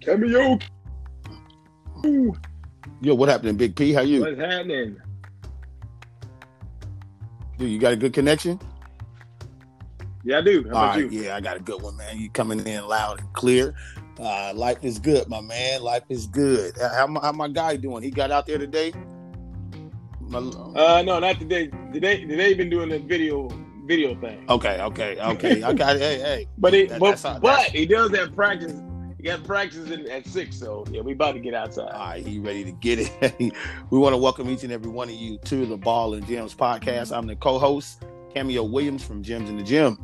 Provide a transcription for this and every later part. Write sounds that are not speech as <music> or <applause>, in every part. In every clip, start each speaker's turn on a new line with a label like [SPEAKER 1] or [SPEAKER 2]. [SPEAKER 1] Cameo. Ooh,
[SPEAKER 2] Yo, what happened, Big P? How you?
[SPEAKER 1] What's happening?
[SPEAKER 2] Dude, you got a good connection?
[SPEAKER 1] Yeah, I do. How
[SPEAKER 2] All
[SPEAKER 1] about
[SPEAKER 2] right,
[SPEAKER 1] you?
[SPEAKER 2] yeah, I got a good one, man. You coming in loud and clear. Uh, life is good, my man. Life is good. Uh, How, my- how my guy doing? He got out there today. My-
[SPEAKER 1] Uh, no, not today. Today, today been doing the video video thing.
[SPEAKER 2] okay, okay, okay. I got. Hey, hey.
[SPEAKER 1] But he,
[SPEAKER 2] That-
[SPEAKER 1] but,
[SPEAKER 2] that's how-
[SPEAKER 1] but
[SPEAKER 2] that's-
[SPEAKER 1] he does have practice. He got practice in, at six, so yeah, we about to get outside.
[SPEAKER 2] All right, he ready to get it. <laughs> we want to welcome each and every one of you to the Ball and Gems podcast. I'm the co-host, Cameo Williams from Gems in the Gym.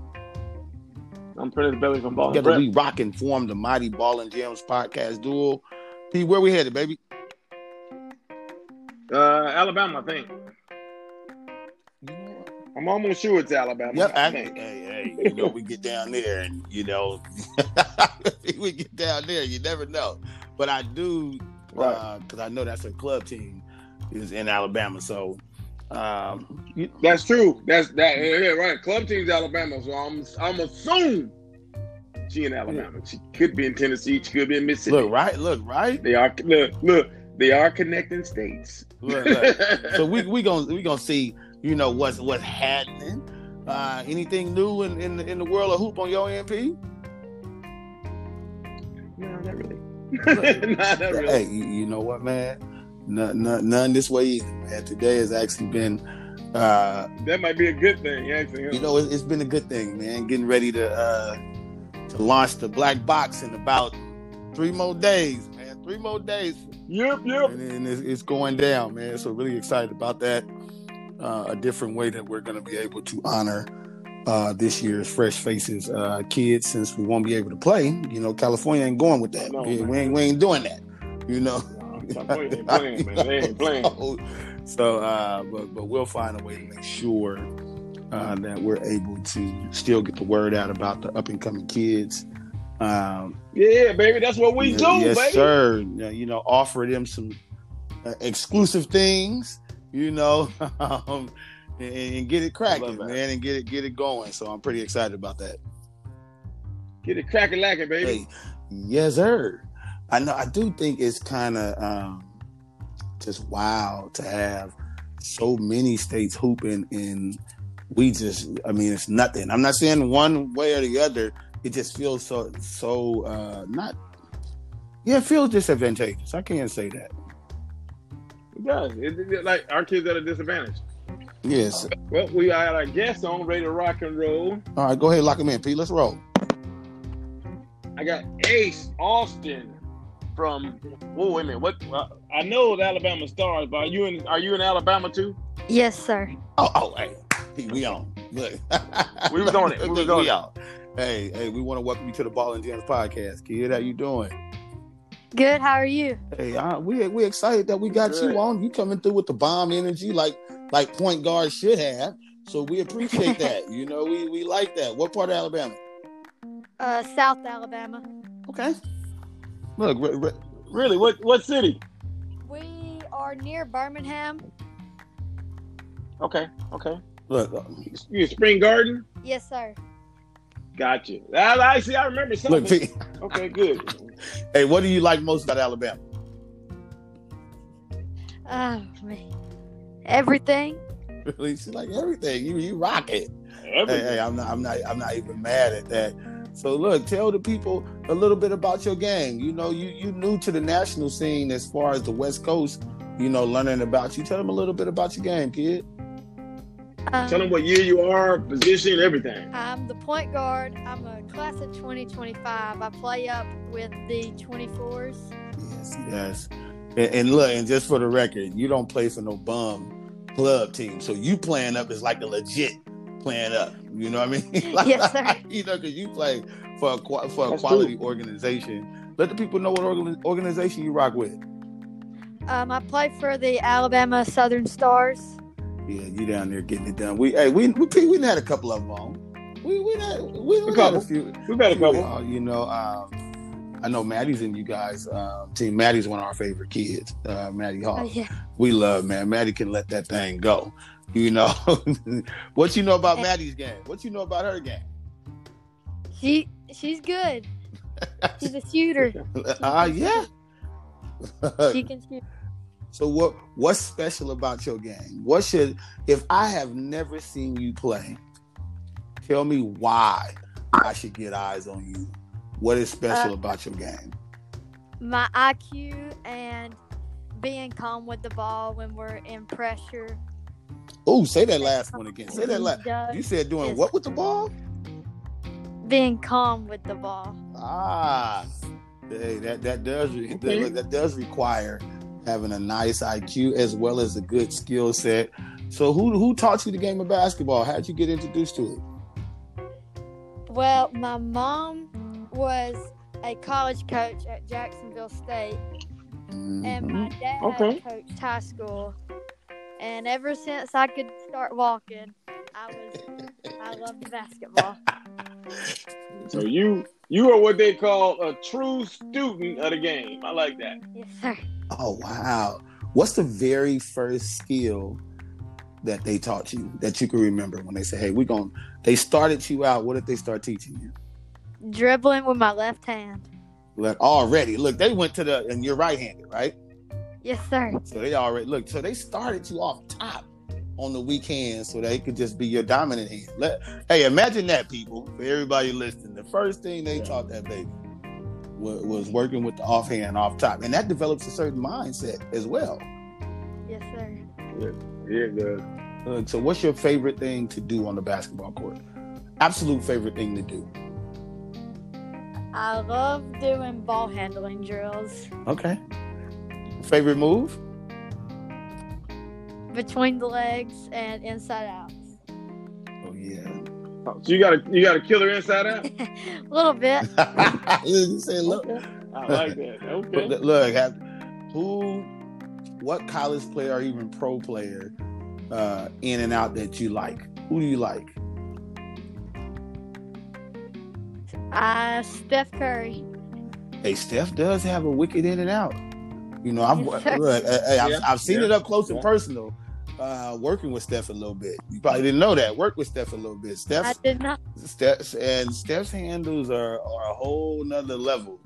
[SPEAKER 1] I'm Prince Belly from Ball. and
[SPEAKER 2] Together
[SPEAKER 1] Prep.
[SPEAKER 2] we rock and form the mighty Ball and Gems podcast duo. P, where we headed, baby?
[SPEAKER 1] Uh, Alabama, I think. I'm almost sure it's Alabama.
[SPEAKER 2] Yeah,
[SPEAKER 1] I
[SPEAKER 2] I,
[SPEAKER 1] think.
[SPEAKER 2] hey, hey, you know, we get down there and you know, <laughs> we get down there. You never know, but I do
[SPEAKER 1] Right.
[SPEAKER 2] because I know that's a club team is in Alabama. So, um, you,
[SPEAKER 1] That's true. That's that. Yeah, yeah, right. Club team's Alabama, so I'm I'm assume she in Alabama. She could be in Tennessee. She could be in Mississippi.
[SPEAKER 2] look right, look right,
[SPEAKER 1] They are look look. They are connecting states. <laughs>
[SPEAKER 2] look, look. so we we gonna we gonna see you know what's what's happening. Uh, anything new in, in in the world of hoop on your MP?
[SPEAKER 1] no, not really. <laughs> nah, not really.
[SPEAKER 2] Hey, you, you know what, man? None, none, none this way either, man. Today has actually been, uh,
[SPEAKER 1] That might be a good thing, actually. huh?
[SPEAKER 2] you know, it, it's been a good thing, man. Getting ready to uh, to launch the black box in about three more days, man. Three more days,
[SPEAKER 1] Yep, yep.
[SPEAKER 2] and, and it's, it's going down, man. So really excited about that. Uh, a different way that we're going to be able to honor uh, this year's Fresh Faces uh, kids, since we won't be able to play. You know, California ain't going with that.
[SPEAKER 1] No,
[SPEAKER 2] we,
[SPEAKER 1] man.
[SPEAKER 2] we ain't we ain't doing that. You know. <laughs>
[SPEAKER 1] They ain't playing, man. They ain't playing.
[SPEAKER 2] So, so, uh, but but we'll find a way to make sure uh, that we're able to still get the word out about the up and coming kids. Um,
[SPEAKER 1] Yeah, baby. That's what we
[SPEAKER 2] yeah,
[SPEAKER 1] do,
[SPEAKER 2] yes,
[SPEAKER 1] baby.
[SPEAKER 2] sir. Now, You know, offer them some uh, exclusive things. You know, <laughs> um, and, and get it cracking,
[SPEAKER 1] that.
[SPEAKER 2] man, and get it get it going. So I'm pretty excited about that.
[SPEAKER 1] Get it cracking, lacking, baby.
[SPEAKER 2] Hey, yes, sir. I know. I do think it's kind of um, just wild to have so many states hooping, and we just. I mean, it's nothing. I'm not saying one way or the other. It just feels so so uh, not. Yeah, it feels disadvantageous. I can't say that.
[SPEAKER 1] It does. It, it- like our kids at a disadvantage.
[SPEAKER 2] Yes.
[SPEAKER 1] Well, we got our guest on, ready to rock and roll.
[SPEAKER 2] All right, go ahead, lock him in, Pete. Let's roll.
[SPEAKER 1] I got Ace Austin from. Oh, wait a minute. What? I know it's Alabama Stars, but are you in? Are you in Alabama too?
[SPEAKER 3] Yes, sir.
[SPEAKER 2] Oh, oh, hey, Pete, we on. Look,
[SPEAKER 1] We was on it. We was
[SPEAKER 2] <laughs> Look,
[SPEAKER 1] on it.
[SPEAKER 2] on. Hey, hey, we want to welcome you to the Ball and Jams podcast, kid. How you doing?
[SPEAKER 3] Good. How are you?
[SPEAKER 2] Hey, I, we we excited that we got
[SPEAKER 1] Good.
[SPEAKER 2] you on. You coming through with the bomb energy, like like point guard should have. So we appreciate <laughs> that. you know, we we like that. What part of Alabama?
[SPEAKER 3] Uh, South Alabama.
[SPEAKER 2] Okay. Look, re, re,
[SPEAKER 1] Really? What? What city?
[SPEAKER 3] We are near Birmingham.
[SPEAKER 1] Okay. Okay.
[SPEAKER 2] look. um,
[SPEAKER 1] You in Spring Garden?
[SPEAKER 3] Yes, sir.
[SPEAKER 1] Got you. I, I see. I remember something.
[SPEAKER 2] Look, P,
[SPEAKER 1] okay. Good.
[SPEAKER 2] hey, what do you like most about Alabama?
[SPEAKER 3] Oh man. Everything.
[SPEAKER 2] <laughs> Really, she like everything. You you rock it. Hey, <laughs>
[SPEAKER 1] Everything.
[SPEAKER 2] hey, I'm not I'm not I'm not even mad at that. So look, tell the people a little bit about your game. You know, you you new to the national scene as far as the West Coast. You know, learning about you. Tell them a little bit about your game, kid.
[SPEAKER 3] Um,
[SPEAKER 1] Tell them what year you are, position, everything.
[SPEAKER 3] I'm the point guard. I'm a class of 2025. I play up with the 24s.
[SPEAKER 2] Yes, yes. And, and look, and just for the record, you don't play for no bum club team. So you playing up is like a legit playing up. You know what I mean? <laughs> Like,
[SPEAKER 3] Yes, sir.
[SPEAKER 2] You know, because you play for a qua- for a
[SPEAKER 1] That's
[SPEAKER 2] quality organization. Let the people know what organ- organization you rock with.
[SPEAKER 3] Um, I play for the Alabama Southern Stars.
[SPEAKER 2] Yeah, you down there getting it done. We hey, we we Pete, we had a couple of them on. We we had we, we
[SPEAKER 1] A
[SPEAKER 2] had
[SPEAKER 1] couple.
[SPEAKER 2] a few.
[SPEAKER 1] We've had a couple.
[SPEAKER 2] Uh, you know, um, I know Maddie's in you guys' um, team. Maddie's one of our favorite kids. Uh, Maddie Hall.
[SPEAKER 3] Oh, yeah.
[SPEAKER 2] we love, man. Maddie can let that thing go. You know <laughs> what you know about
[SPEAKER 3] Hey.
[SPEAKER 2] Maddie's game? What you know about her game?
[SPEAKER 3] <laughs> She she's good. She's a shooter.
[SPEAKER 2] <laughs> uh, yeah.
[SPEAKER 3] <laughs> She can shoot.
[SPEAKER 2] so what? What's special about your game? What should? If I have never seen you play, tell me why I should get eyes on you. What is special
[SPEAKER 3] Uh,
[SPEAKER 2] about your game?
[SPEAKER 3] My IQ and being calm with the ball when we're in pressure.
[SPEAKER 2] Oh, say that last one again. Say that last.
[SPEAKER 3] Does-
[SPEAKER 2] You said doing
[SPEAKER 3] Yes.
[SPEAKER 2] what with the ball?
[SPEAKER 3] being calm with the ball.
[SPEAKER 2] Ah, hey, that that does re-
[SPEAKER 1] Okay.
[SPEAKER 2] that, that does require having a nice IQ as well as a good skill set. So, who who taught you the game of basketball? How'd you get introduced to it?
[SPEAKER 3] Well, my mom was a college coach at Jacksonville State, and my dad
[SPEAKER 1] Okay.
[SPEAKER 3] coached high school. And ever since I could start walking, I was I loved basketball.
[SPEAKER 2] <laughs>
[SPEAKER 1] So you you are what they call a true student of the game. I like that.
[SPEAKER 3] yes, sir.
[SPEAKER 2] Oh wow! What's the very first skill that they taught you that you can remember when they say, "Hey, we're going"? They started you out. What did they start teaching you?
[SPEAKER 3] Dribbling with my left hand.
[SPEAKER 2] Like already, look, they went to the and you're right-handed, right?
[SPEAKER 3] Yes, sir.
[SPEAKER 2] So they already look. So they started you off top on the weekend, so that it could just be your dominant hand. Let, hey, imagine that, people. For everybody listening, the first thing they taught that baby was, was working with the offhand off top, and that develops a certain mindset as well.
[SPEAKER 3] Yes, sir.
[SPEAKER 1] Yeah, good.
[SPEAKER 2] Look, so what's your favorite thing to do on the basketball court? Absolute favorite thing to do.
[SPEAKER 3] I love doing ball handling drills
[SPEAKER 2] Okay. Favorite move?
[SPEAKER 3] between the legs and inside out.
[SPEAKER 2] Oh yeah.
[SPEAKER 1] So you got a you got a killer inside out.
[SPEAKER 3] A little bit.
[SPEAKER 2] <laughs> you say <laughs> look.
[SPEAKER 1] I like
[SPEAKER 2] <laughs>
[SPEAKER 1] that. Okay.
[SPEAKER 2] But th- look, have, who, what college player or even pro player, uh, in and out that you like? Who do you like?
[SPEAKER 3] Uh, Steph Curry.
[SPEAKER 2] Hey, Steph does have a wicked in and out. You know, I've
[SPEAKER 3] Yes, sir.
[SPEAKER 2] look, uh, hey, I've,
[SPEAKER 1] Yeah,
[SPEAKER 2] I've seen
[SPEAKER 1] yeah,
[SPEAKER 2] it up close and
[SPEAKER 1] yeah.
[SPEAKER 2] personal. Uh, working with Steph a little bit. You probably didn't know that. Work with Steph a little bit.
[SPEAKER 3] I
[SPEAKER 2] Steph's,
[SPEAKER 3] did not.
[SPEAKER 2] Steph's and Steph's handles are, are a whole nother level.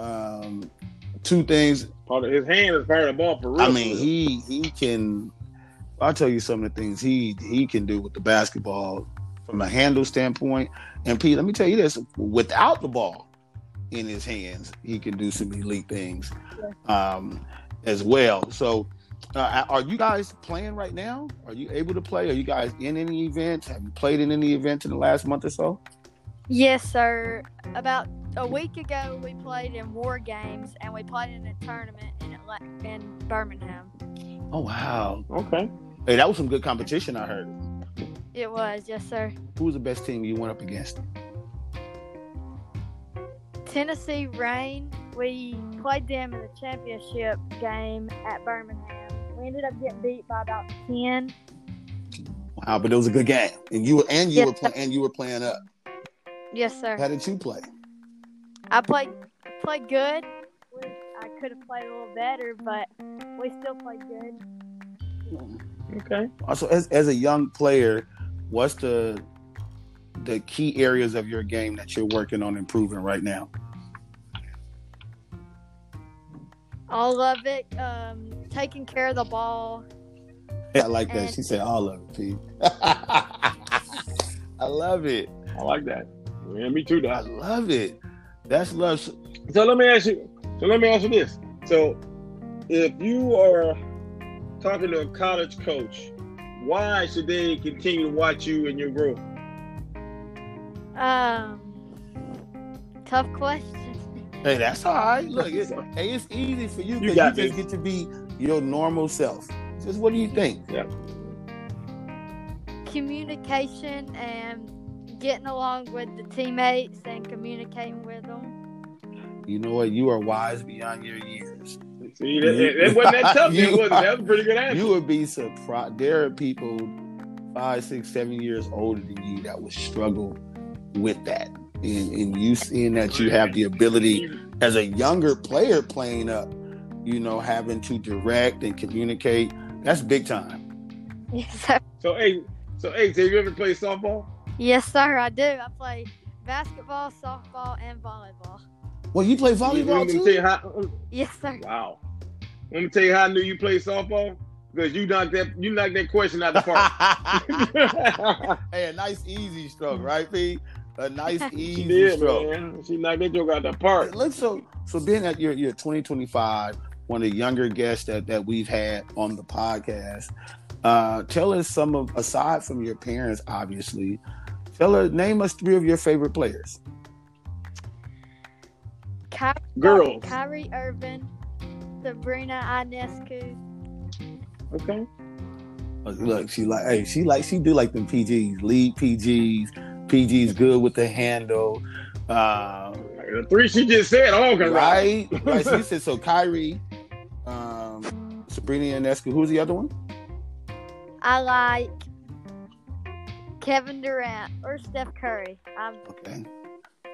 [SPEAKER 2] Um, two things
[SPEAKER 1] Part of his hand is part of the ball for real.
[SPEAKER 2] I mean, he he can. I'll tell you some of the things he he can do with the basketball from a handle standpoint. And Pete, let me tell you this: without the ball in his hands, he can do some elite things um, as well. So, uh, are you guys playing right now? Are you able to play? Are you guys in any events? Have you played in any events in the last month or so?
[SPEAKER 3] Yes, sir. About a week ago, we played in War Games and we played in a tournament in Atla- in Birmingham.
[SPEAKER 2] Oh wow!
[SPEAKER 1] okay.
[SPEAKER 2] Hey, that was some good competition. I heard.
[SPEAKER 3] It was, yes, sir.
[SPEAKER 2] Who was the best team you went up against?
[SPEAKER 3] Tennessee Rain. We played them in the championship game at Birmingham. We ended up getting beat by about ten.
[SPEAKER 2] Wow, but it was a good game, and you and you
[SPEAKER 3] Yeah.
[SPEAKER 2] were play, and you were playing up.
[SPEAKER 3] Yes, sir.
[SPEAKER 2] How did you play?
[SPEAKER 3] I played played good. We- I could have played a little better, but we still played good.
[SPEAKER 1] Okay.
[SPEAKER 2] Also, as, as a young player, what's the the key areas of your game that you're working on improving right now? <laughs>
[SPEAKER 3] All of it. Um, taking care of the ball.
[SPEAKER 2] I like that. She said all of it, Pete. <laughs> I love it.
[SPEAKER 1] I like that. Yeah, me too,
[SPEAKER 2] I
[SPEAKER 1] Doc.
[SPEAKER 2] love it. That's love.
[SPEAKER 1] So let me ask you. So let me ask you this. So if you are talking to a college coach, why should they continue to watch you and your growth?
[SPEAKER 3] Um, tough question.
[SPEAKER 2] Hey, that's all right. Look, it's, hey, it's easy for you
[SPEAKER 1] You
[SPEAKER 2] because you,
[SPEAKER 1] got
[SPEAKER 2] just get to be your normal self. Just what do you think?
[SPEAKER 3] Communication and getting along with the teammates and communicating with them.
[SPEAKER 2] You know what? You are wise beyond your years.
[SPEAKER 1] See, that, that, that wasn't that tough. then, was it? That was a pretty good answer.
[SPEAKER 2] You would be surprised. There are people five, six, seven years older than you that would struggle with that. And, and you seeing that you have the ability as a younger player playing up, you know, having to direct and communicate, that's big time.
[SPEAKER 3] <laughs> Yes, sir.
[SPEAKER 1] So hey, so hey, so you ever play softball?
[SPEAKER 3] Yes, sir. I do. I play basketball, softball, and volleyball.
[SPEAKER 2] Well, Oh, you play
[SPEAKER 1] Let me-
[SPEAKER 2] volleyball
[SPEAKER 1] let me
[SPEAKER 2] too.
[SPEAKER 1] tell you how-
[SPEAKER 3] Yes, sir.
[SPEAKER 1] wow. Let me tell you how I knew you play softball because you knocked that you knocked that question out the
[SPEAKER 2] <laughs>
[SPEAKER 1] park. <laughs>
[SPEAKER 2] hey, a nice easy stroke, right, P?
[SPEAKER 1] <laughs>
[SPEAKER 2] A nice
[SPEAKER 1] she
[SPEAKER 2] easy
[SPEAKER 1] did,
[SPEAKER 2] stroke.
[SPEAKER 1] man. She knocked that joke out the
[SPEAKER 2] All
[SPEAKER 1] park.
[SPEAKER 2] right, let's so so being that you're you're 2025, one of the younger guests that that we've had on the podcast. Uh, tell us some of aside from your parents, obviously. Tell us name us three of your favorite players.
[SPEAKER 3] Ky-
[SPEAKER 1] Girls.
[SPEAKER 3] Kyrie Irving, Sabrina Ionescu.
[SPEAKER 1] Okay.
[SPEAKER 2] Uh, Look, she like hey, she like she do like them PGs, lead PGs, PGs good with the handle. Uh,
[SPEAKER 1] Like, the three she just said, oh, all got right.
[SPEAKER 2] right, right. So you said so. Kyrie, um, Sabrina Ionescu. Who's the other one?
[SPEAKER 3] I like Kevin Durant or Steph Curry. I'm
[SPEAKER 2] Okay.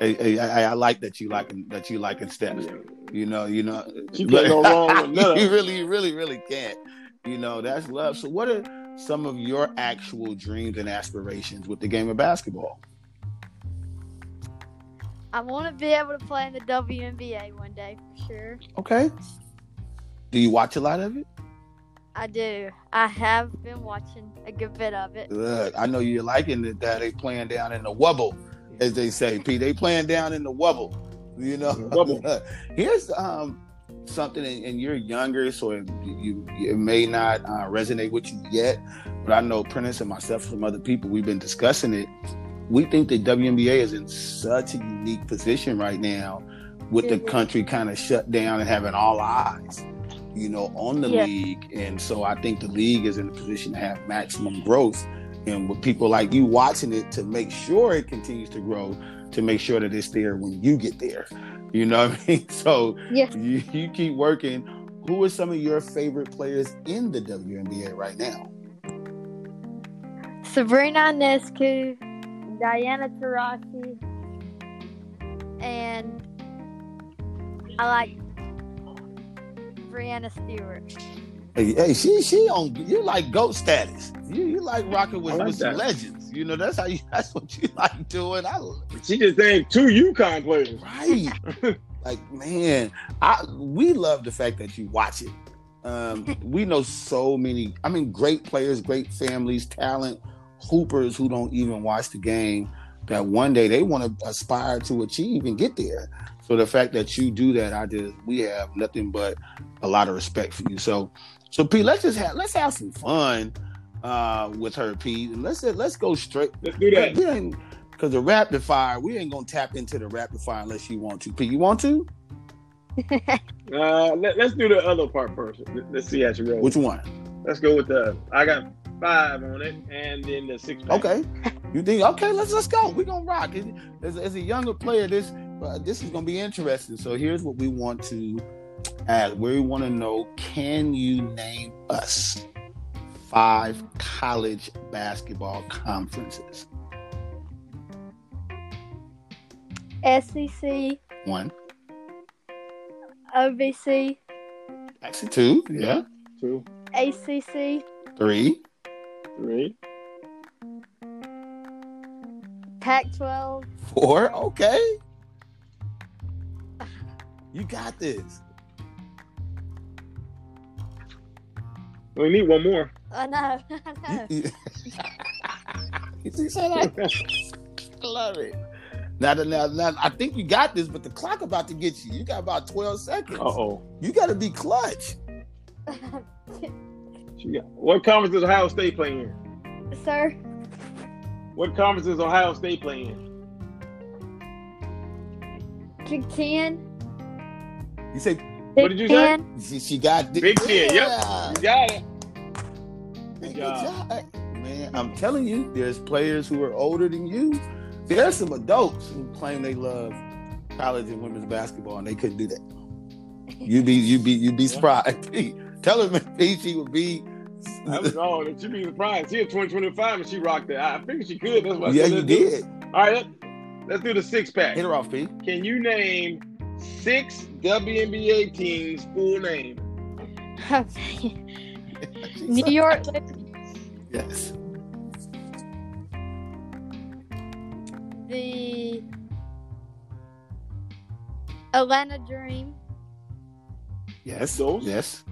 [SPEAKER 2] Hey, hey, I, I like that you like that you liking steps. You know, you know,
[SPEAKER 1] She can't
[SPEAKER 2] <laughs>
[SPEAKER 1] go wrong with none.
[SPEAKER 2] you really, you really, really can't. You know, that's love. So, what are some of your actual dreams and aspirations with the game of basketball?
[SPEAKER 3] I want to be able to play in the WNBA one day for sure.
[SPEAKER 2] Okay. Do you watch a lot of it?
[SPEAKER 3] I do. I have been watching a good bit of it.
[SPEAKER 2] Look, I know you're liking it that they playing down in the wobble, as they say, P. They playing down in the wobble. You know,
[SPEAKER 1] Wubble.
[SPEAKER 2] <laughs> here's um something, and, and you're younger, so it, you it may not uh, resonate with you yet. But I know Prentice and myself, some other people, we've been discussing it. We think the WNBA is in such a unique position right now, with the
[SPEAKER 3] Mhm.
[SPEAKER 2] country kind of shut down and having all eyes, you know, on the
[SPEAKER 3] Yeah.
[SPEAKER 2] league. And so I think the league is in a position to have maximum growth. And with people like you watching it to make sure it continues to grow, to make sure that it's there when you get there. You know what I mean? <laughs> So
[SPEAKER 3] Yes.
[SPEAKER 2] you, you keep working. Who are some of your favorite players in the WNBA right now?
[SPEAKER 3] Sabrina Ionescu, Diana Taurasi, and I like Brianna Stewart.
[SPEAKER 2] Hey, hey, she she on you like goat status. You you like rocking with,
[SPEAKER 1] I like
[SPEAKER 2] with some
[SPEAKER 1] that.
[SPEAKER 2] legends. You know that's how you <laughs> that's what you like doing. I
[SPEAKER 1] She just named two UConn players.
[SPEAKER 2] right. like man, I we love the fact that you watch it. Um, we know so many. I mean, great players, great families, talent hoopers who don't even watch the game. That one day they want to aspire to achieve and get there. So the fact that you do that, I just we have nothing but a lot of respect for you. So, so P, let's just have let's have some fun uh, with her, P. And let's let's go straight
[SPEAKER 1] Let's do that.
[SPEAKER 2] we ain't because the rapid fire, we ain't gonna tap into the rapid fire unless you want to. P, you want to?
[SPEAKER 1] Uh, let, us do the other part first. Let- Let's see how she rolls.
[SPEAKER 2] Which one?
[SPEAKER 1] Let's go with the. I got five on it, and then the six. pack.
[SPEAKER 2] Okay. You think? Okay, let's let's go. We gonna rock. As, as- as a younger player, this uh, this is gonna be interesting. So here's what we want to ask. We want to know: Can you name us five college basketball conferences?
[SPEAKER 3] E SEC,
[SPEAKER 2] One,
[SPEAKER 3] OVC,
[SPEAKER 2] actually two, yeah,
[SPEAKER 1] Two,
[SPEAKER 3] ACC,
[SPEAKER 2] three,
[SPEAKER 1] three,
[SPEAKER 3] Pac 12,
[SPEAKER 2] four. Okay. You got this.
[SPEAKER 1] We need one more.
[SPEAKER 3] I know, <laughs> I know.
[SPEAKER 2] you <laughs> see, so
[SPEAKER 1] <laughs>
[SPEAKER 2] like, love it. Now, now, now, I think you got this, but the clock about to get you. You got about twelve seconds.
[SPEAKER 1] Uh oh.
[SPEAKER 2] You got to be clutch.
[SPEAKER 1] She got. What conference is Ohio State playing in?
[SPEAKER 3] Sir,
[SPEAKER 1] What conference is Ohio State playing in?
[SPEAKER 3] Big 10,
[SPEAKER 2] You say
[SPEAKER 1] What did you say?
[SPEAKER 2] she, she got this.
[SPEAKER 1] Big Ten.
[SPEAKER 2] Yeah.
[SPEAKER 1] Yep. You got it.
[SPEAKER 2] Hey, Good
[SPEAKER 1] job.
[SPEAKER 2] job. Man, I'm telling you, there's players who are older than you. There's some adults who claim they love college and women's basketball, and they couldn't do that. You'd be, you'd be, you'd be surprised. <laughs> Tell her, <laughs> Pete, she would be.
[SPEAKER 1] That was all. She'd be surprised. She had 2025 and she rocked it. I figured she could. That's why I
[SPEAKER 2] yeah,
[SPEAKER 1] said
[SPEAKER 2] you
[SPEAKER 1] let's do it.
[SPEAKER 2] did.
[SPEAKER 1] All right, let- let's do the six pack.
[SPEAKER 2] Hit her off, Pete.
[SPEAKER 1] Can you name six WNBA teams' full name?
[SPEAKER 3] <laughs> New York,
[SPEAKER 2] Yes.
[SPEAKER 3] the Atlanta Dream,
[SPEAKER 2] Yes.
[SPEAKER 1] Those?
[SPEAKER 2] Yes.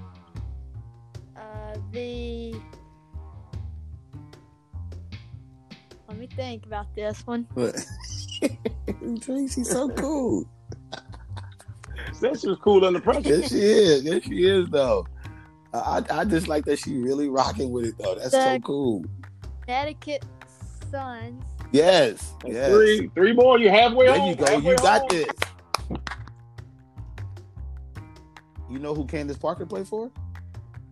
[SPEAKER 3] uh, the. Let me think about this one.
[SPEAKER 2] <laughs> But
[SPEAKER 1] <laughs>
[SPEAKER 2] Tracy's so cool.
[SPEAKER 1] That's just cool under pressure.
[SPEAKER 2] yes, she is. Yes, she is though. I, I I just like that she really rocking with it though. That's so
[SPEAKER 3] The-
[SPEAKER 2] cool.
[SPEAKER 3] Connecticut Suns.
[SPEAKER 2] Yes. Yes.
[SPEAKER 1] Three, three more. You halfway
[SPEAKER 2] There
[SPEAKER 1] home.
[SPEAKER 2] you go.
[SPEAKER 1] halfway
[SPEAKER 2] You got
[SPEAKER 1] home.
[SPEAKER 2] this. You know who Candace Parker played for?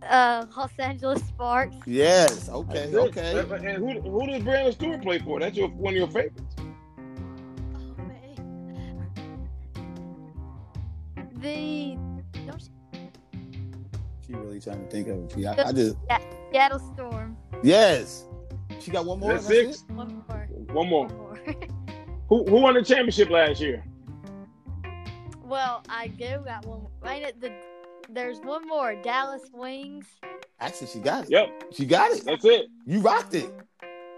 [SPEAKER 3] Uh, Los Angeles Sparks.
[SPEAKER 2] Yes. Okay.
[SPEAKER 1] That's it.
[SPEAKER 2] Okay.
[SPEAKER 1] That- And who, who does Brandon Stewart play for? That's your one of your favorites.
[SPEAKER 3] Oh, man. The don't you-
[SPEAKER 2] She really trying to think of it. P. I, I just
[SPEAKER 3] Seattle Storm.
[SPEAKER 2] yes. She got one more.
[SPEAKER 1] That's
[SPEAKER 2] that's it?
[SPEAKER 1] six.
[SPEAKER 3] One more.
[SPEAKER 1] One more.
[SPEAKER 3] One more. <laughs>
[SPEAKER 1] Who who won the championship last year?
[SPEAKER 3] well, I do got one. Right at the there's one more. Dallas Wings.
[SPEAKER 2] Actually, she got it.
[SPEAKER 1] Yep,
[SPEAKER 2] She got it.
[SPEAKER 1] that's it.
[SPEAKER 2] You rocked it.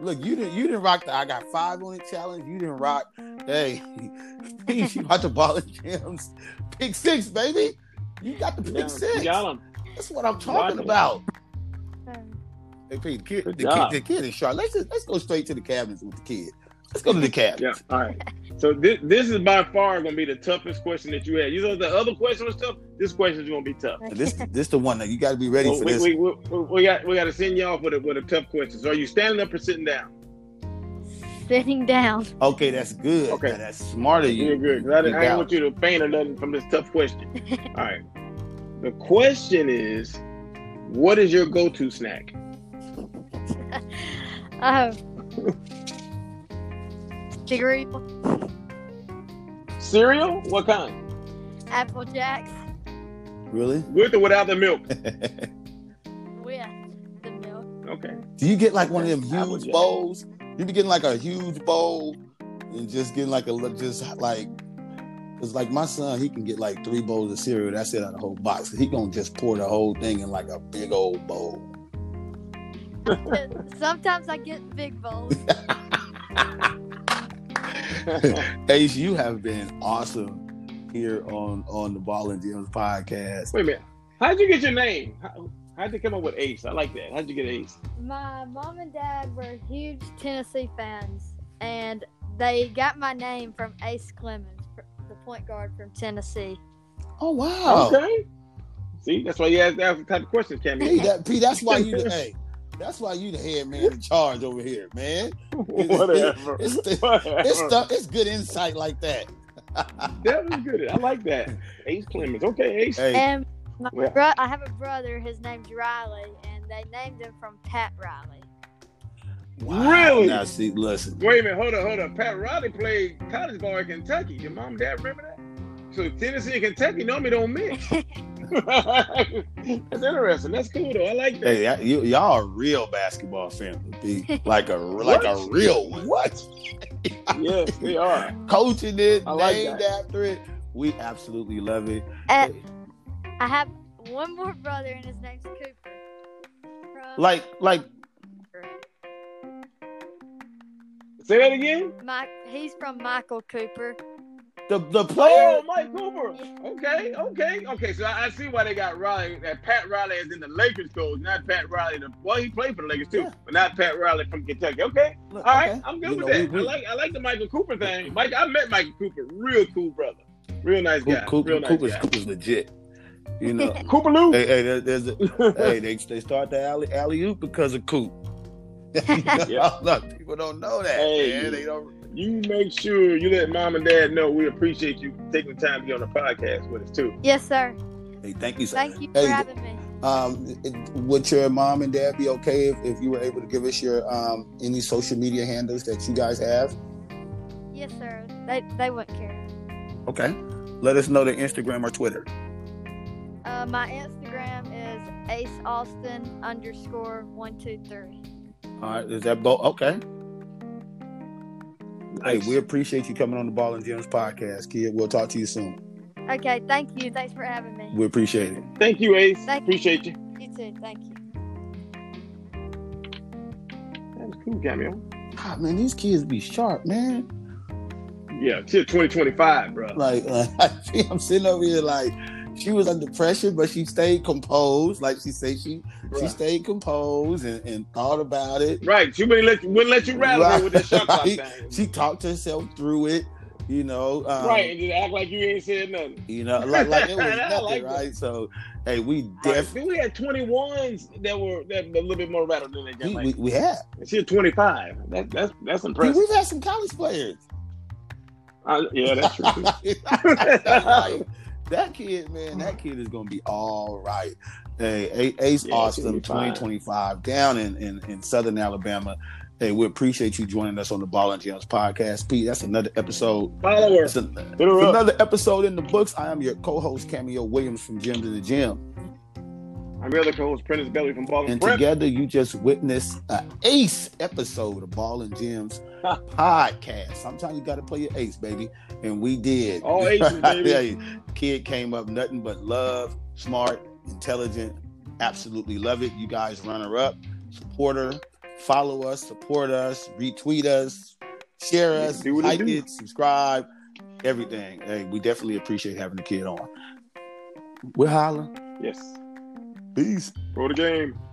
[SPEAKER 2] Look, you didn't you didn't rock the I got five on it challenge. You didn't rock. Hey, <laughs> Peace, you got the ball and gems. Pick six, baby. You got the pick
[SPEAKER 1] Yeah,
[SPEAKER 2] six.
[SPEAKER 1] you got 'em.
[SPEAKER 2] That's what I'm
[SPEAKER 1] Rock
[SPEAKER 2] talking
[SPEAKER 1] it.
[SPEAKER 2] about.
[SPEAKER 3] Um,
[SPEAKER 2] Hey, Pete, the kid, the
[SPEAKER 1] Good
[SPEAKER 2] kid,
[SPEAKER 1] job.
[SPEAKER 2] the kid is sharp. Let's just, let's go straight to the cabinets with the kid. Let's go to the cabinets.
[SPEAKER 1] Yeah, all right. So this this is by far going to be the toughest question that you had. You know the other question was tough. This question is going to be tough.
[SPEAKER 2] This this the one that you got to be ready
[SPEAKER 1] So
[SPEAKER 2] for
[SPEAKER 1] we,
[SPEAKER 2] this.
[SPEAKER 1] we, we, we- we got we got to send y'all with a with a tough question. So are you standing up or sitting down?
[SPEAKER 3] sitting down.
[SPEAKER 2] Okay, that's good.
[SPEAKER 1] Okay.
[SPEAKER 2] Now, that's smarter. You
[SPEAKER 1] You're good. 'cause I, didn't, I didn't
[SPEAKER 2] got-
[SPEAKER 1] want you to faint or nothing from this tough question. All right. The question is, what is your go-to snack?
[SPEAKER 3] Oh. Cereal,
[SPEAKER 1] Cereal? What kind?
[SPEAKER 3] Apple Jacks
[SPEAKER 2] Really?
[SPEAKER 1] With or without the
[SPEAKER 2] <laughs>
[SPEAKER 1] milk?
[SPEAKER 3] with the milk.
[SPEAKER 1] <laughs> Okay.
[SPEAKER 2] Do you get like one of them
[SPEAKER 1] I would
[SPEAKER 2] huge
[SPEAKER 1] get-
[SPEAKER 2] bowls? You be getting like a huge bowl and just getting like a look, just like because like my son, he can get like three bowls of cereal. That's it out of the whole box. He gonna just pour the whole thing in like a big old bowl.
[SPEAKER 3] Sometimes I get big bowls.
[SPEAKER 2] Ace, you have been awesome here on on the Ball and Gems podcast.
[SPEAKER 1] Wait a minute. How'd you get your name? How, how'd you come up with Ace? I like that. How'd you get Ace?
[SPEAKER 3] My mom and dad were huge Tennessee fans, and they got my name from Ace Clemens, fr- the point guard from Tennessee.
[SPEAKER 2] Oh wow!
[SPEAKER 1] Okay. See, that's why you asked that type of questions,
[SPEAKER 2] Hey,
[SPEAKER 1] Cammy.
[SPEAKER 2] that P, that's why you the hey, that's why you the head man in charge over here, man.
[SPEAKER 1] <laughs> Whatever.
[SPEAKER 2] It's the-
[SPEAKER 1] <laughs>
[SPEAKER 2] It's
[SPEAKER 1] Whatever.
[SPEAKER 2] stuff. It's good insight like that.
[SPEAKER 1] That was good. I like that. Ace Clemens. Okay, Ace.
[SPEAKER 2] Hey,
[SPEAKER 3] And my
[SPEAKER 1] Well-
[SPEAKER 3] bro- I have a brother, his name's Riley, and they named him from Pat Riley.
[SPEAKER 1] Really?
[SPEAKER 2] Now see, listen.
[SPEAKER 1] Wait a minute. Hold up. Hold up. Pat Riley played college ball in Kentucky. Your mom and dad remember that? So Tennessee and Kentucky normally don't mix. <laughs> That's interesting. That's cool though. I like that.
[SPEAKER 2] Hey, I- you, y'all are a real basketball family,
[SPEAKER 1] <laughs>
[SPEAKER 2] B. Like a like a real one. <laughs>
[SPEAKER 1] What? yes, they are.
[SPEAKER 2] Coaching it,
[SPEAKER 1] I like
[SPEAKER 2] named
[SPEAKER 1] that. Eh.
[SPEAKER 2] after it. We absolutely love it.
[SPEAKER 3] And I have one more brother, and his name's Cooper. From-
[SPEAKER 2] Like like
[SPEAKER 1] Say that again.
[SPEAKER 3] Mike, he's from Michael Cooper.
[SPEAKER 2] the the
[SPEAKER 1] Oh,
[SPEAKER 2] player.
[SPEAKER 1] Mike Cooper. Okay, okay, okay. So I, I see why they got Riley. That Pat Riley is in the Lakers code, not Pat Riley. The, well, he played for the Lakers too,
[SPEAKER 2] Yeah.
[SPEAKER 1] but not Pat Riley from Kentucky. Okay,
[SPEAKER 2] Look,
[SPEAKER 1] all right,
[SPEAKER 2] okay.
[SPEAKER 1] I'm good
[SPEAKER 2] You
[SPEAKER 1] with
[SPEAKER 2] know,
[SPEAKER 1] that.
[SPEAKER 2] we- we-
[SPEAKER 1] I like I like the Michael Cooper thing. Mike, I met Michael Cooper. Real cool brother. Real nice guy.
[SPEAKER 2] Coop- Coop-
[SPEAKER 1] Real nice
[SPEAKER 2] Cooper's,
[SPEAKER 1] guy.
[SPEAKER 2] Cooper's legit.
[SPEAKER 1] <laughs>
[SPEAKER 2] You know.
[SPEAKER 3] <laughs>
[SPEAKER 1] Cooper Lou.
[SPEAKER 2] hey, hey, there- there's a, hey, they they start the alley alley oop because of Coop. <laughs>
[SPEAKER 1] Yeah.
[SPEAKER 2] Look, people don't know that.
[SPEAKER 1] Hey.
[SPEAKER 2] man. They don't.
[SPEAKER 1] <laughs> you make sure you let mom and dad know we appreciate you taking the time to be on the podcast with us too.
[SPEAKER 3] Yes, sir.
[SPEAKER 2] Hey, thank you, sir.
[SPEAKER 3] Thank you
[SPEAKER 2] Hey,
[SPEAKER 3] for having me.
[SPEAKER 2] Um, it- would your mom and dad be okay if, if you were able to give us your um any social media handles that you guys have?
[SPEAKER 3] Yes, sir. They, they wouldn't care.
[SPEAKER 2] Okay. Let us know their Instagram or Twitter.
[SPEAKER 3] Uh, my Instagram is Ace Austin underscore one two three.
[SPEAKER 2] All right. Is that both? Okay. Hey, we appreciate you coming on the Ball and Gems podcast, kid. We'll talk to you soon.
[SPEAKER 3] Okay, thank you. Thanks for having me.
[SPEAKER 2] We appreciate it.
[SPEAKER 1] Thank you, Ace.
[SPEAKER 3] Thank you.
[SPEAKER 1] appreciate you.
[SPEAKER 3] You too. Thank you.
[SPEAKER 1] That was cool, cameo.
[SPEAKER 2] Ah, man, these kids be sharp, man.
[SPEAKER 1] Yeah, till 2025, bro.
[SPEAKER 2] Like, <laughs> uh, I'm sitting over here like she was under pressure, but she stayed composed. Like she said, she she
[SPEAKER 1] Right.
[SPEAKER 2] stayed composed and, and thought about it.
[SPEAKER 1] Right. She wouldn't let you, wouldn't let you rattle her with that shot clock
[SPEAKER 2] Right.
[SPEAKER 1] thing.
[SPEAKER 2] <laughs> She talked herself through it. You know, um,
[SPEAKER 1] right, and just act like you ain't said nothing.
[SPEAKER 2] You know, like like it was
[SPEAKER 1] <laughs> I
[SPEAKER 2] nothing,
[SPEAKER 1] like that.
[SPEAKER 2] right? So, hey, we
[SPEAKER 1] Right.
[SPEAKER 2] definitely
[SPEAKER 1] Then we had 21s that were that a little bit more rattled than they got.
[SPEAKER 2] we,
[SPEAKER 1] Like,
[SPEAKER 2] we had
[SPEAKER 1] she had 25. That, that's that's
[SPEAKER 2] Dude,
[SPEAKER 1] impressive.
[SPEAKER 2] we've had some college players. <laughs>
[SPEAKER 1] I- yeah, that's true. <laughs> too.
[SPEAKER 2] Like, that kid, man, that kid is gonna be all right. Hey, A- Ace
[SPEAKER 1] Yeah, it's gonna
[SPEAKER 2] Austin,
[SPEAKER 1] be fine.
[SPEAKER 2] 2025, down in, in in Southern Alabama. Hey, we appreciate you joining us on the Ball and Jams podcast, Pete. That's another episode.
[SPEAKER 1] Follow her.
[SPEAKER 2] That's an-
[SPEAKER 1] Hit her
[SPEAKER 2] it's
[SPEAKER 1] up.
[SPEAKER 2] another episode in the books. I am your co-host Cameo Williams from Gym to the Gym,
[SPEAKER 1] I'm your other co-host, Prentice Belly from Ball
[SPEAKER 2] and
[SPEAKER 1] and Prep.
[SPEAKER 2] together you just witnessed an ace episode of Ball and Jams
[SPEAKER 1] <laughs> Oh,
[SPEAKER 2] podcast. Sometimes you got to play your ace, baby, and we did. <laughs>
[SPEAKER 1] All Oh, aces, baby.
[SPEAKER 2] Yeah, kid came up nothing but love, smart, intelligent. Absolutely love it. You guys, runner up, supporter, follow us, support us, retweet us, share us,
[SPEAKER 1] Do what it
[SPEAKER 2] like
[SPEAKER 1] do.
[SPEAKER 2] it, subscribe, everything. Hey, we definitely appreciate having the kid on. We're hollering.
[SPEAKER 1] Yes.
[SPEAKER 2] Peace.
[SPEAKER 1] Roll the game.